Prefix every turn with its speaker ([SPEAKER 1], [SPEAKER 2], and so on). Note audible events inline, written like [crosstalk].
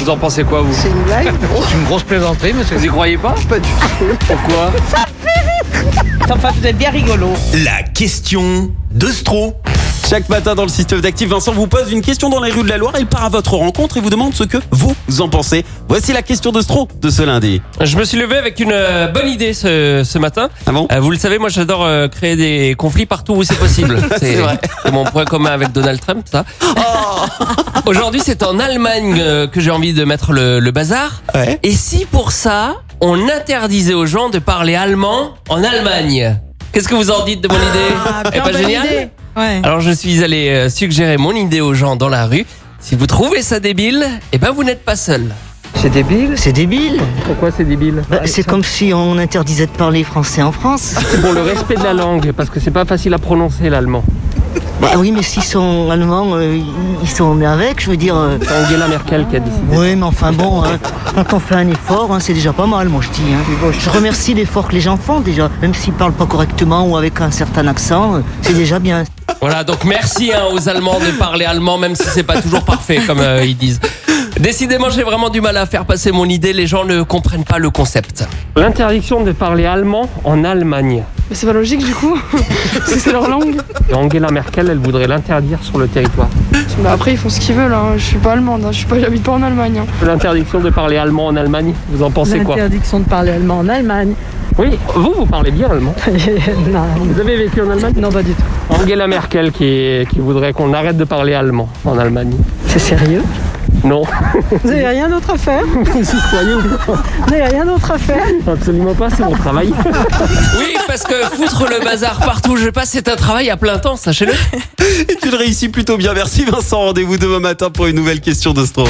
[SPEAKER 1] Vous en pensez quoi, vous
[SPEAKER 2] C'est une blague
[SPEAKER 3] C'est une grosse plaisanterie, monsieur.
[SPEAKER 1] Vous y croyez pas
[SPEAKER 2] Pas du tout.
[SPEAKER 1] Pourquoi
[SPEAKER 2] Enfin, vous êtes bien rigolo.
[SPEAKER 4] La question de Stro.
[SPEAKER 5] Chaque matin dans le système d'actifs, Vincent vous pose une question dans les rues de la Loire. Il part à votre rencontre et vous demande ce que vous en pensez. Voici la question de Stro de ce lundi.
[SPEAKER 6] Je me suis levé avec une euh, bonne idée ce, ce matin.
[SPEAKER 5] Ah bon
[SPEAKER 6] Euh, vous le savez, moi j'adore euh, créer des conflits partout où
[SPEAKER 1] [laughs]
[SPEAKER 6] c'est possible. C'est
[SPEAKER 5] vrai.
[SPEAKER 6] c'est mon point commun avec Donald Trump, ça.
[SPEAKER 1] Oh
[SPEAKER 6] Aujourd'hui, c'est en Allemagne euh, que j'ai envie de mettre le, le bazar.
[SPEAKER 5] Ouais.
[SPEAKER 6] Et si pour ça, on interdisait aux gens de parler allemand en Allemagne Qu'est-ce que vous en dites de mon idée Eh
[SPEAKER 7] bien,
[SPEAKER 6] ben,
[SPEAKER 7] Ah, bonne
[SPEAKER 6] génial.
[SPEAKER 7] idée. Ouais.
[SPEAKER 6] Alors je suis allé euh, suggérer mon idée aux gens dans la rue. Si vous trouvez ça débile, eh ben vous n'êtes pas seul.
[SPEAKER 2] C'est débile.
[SPEAKER 3] C'est débile.
[SPEAKER 1] Pourquoi c'est débile
[SPEAKER 8] Bah, c'est comme si on interdisait de parler français en France.
[SPEAKER 1] Ben, C'est pour le respect de la langue, parce que c'est pas facile à prononcer l'allemand.
[SPEAKER 8] Bah oui, mais s'ils sont allemands, euh, ils sont nés avec, je veux dire. euh,
[SPEAKER 1] C'est Angela Merkel qui a décidé.
[SPEAKER 8] oui, mais enfin bon, hein, quand on fait un effort, hein, c'est déjà pas mal, moi je dis. hein. Je remercie l'effort que les gens font déjà, même s'ils parlent pas correctement ou avec un certain accent, euh, c'est déjà bien.
[SPEAKER 6] Voilà, donc merci hein, aux Allemands de parler allemand, même si c'est pas toujours parfait, comme euh, ils disent. Décidément, j'ai vraiment du mal à faire passer mon idée. Les gens ne comprennent pas le concept.
[SPEAKER 1] L'interdiction de parler allemand en Allemagne.
[SPEAKER 7] Mais Bah, c'est pas logique du coup, parce que c'est leur langue.
[SPEAKER 1] Et Angela Merkel, elle voudrait l'interdire sur le territoire.
[SPEAKER 7] Mais Bah, après ils font ce qu'ils veulent, hein. je suis pas allemande, hein. je suis pas, j'habite pas en Allemagne. hein.
[SPEAKER 1] L'interdiction de parler allemand en Allemagne, vous en pensez quoi
[SPEAKER 9] L'interdiction de parler allemand en Allemagne. [laughs]
[SPEAKER 1] Oui, vous, vous parlez bien allemand.
[SPEAKER 9] non,
[SPEAKER 1] Vous avez vécu en Allemagne
[SPEAKER 9] non, pas du tout.
[SPEAKER 1] Angela Merkel qui, qui voudrait qu'on arrête de parler allemand en Allemagne.
[SPEAKER 9] C'est sérieux
[SPEAKER 7] [laughs]
[SPEAKER 1] Non,
[SPEAKER 9] Vous avez rien d'autre à faire
[SPEAKER 1] vous y croyez ou pas
[SPEAKER 9] Vous n'avez rien d'autre à faire
[SPEAKER 1] Absolument pas, c'est mon travail.
[SPEAKER 6] Oui, parce que foutre le bazar partout où je passe, c'est un travail à plein temps, sachez-le.
[SPEAKER 5] Et tu le réussis plutôt bien. Merci Vincent. Rendez-vous demain matin pour une nouvelle question de Stro.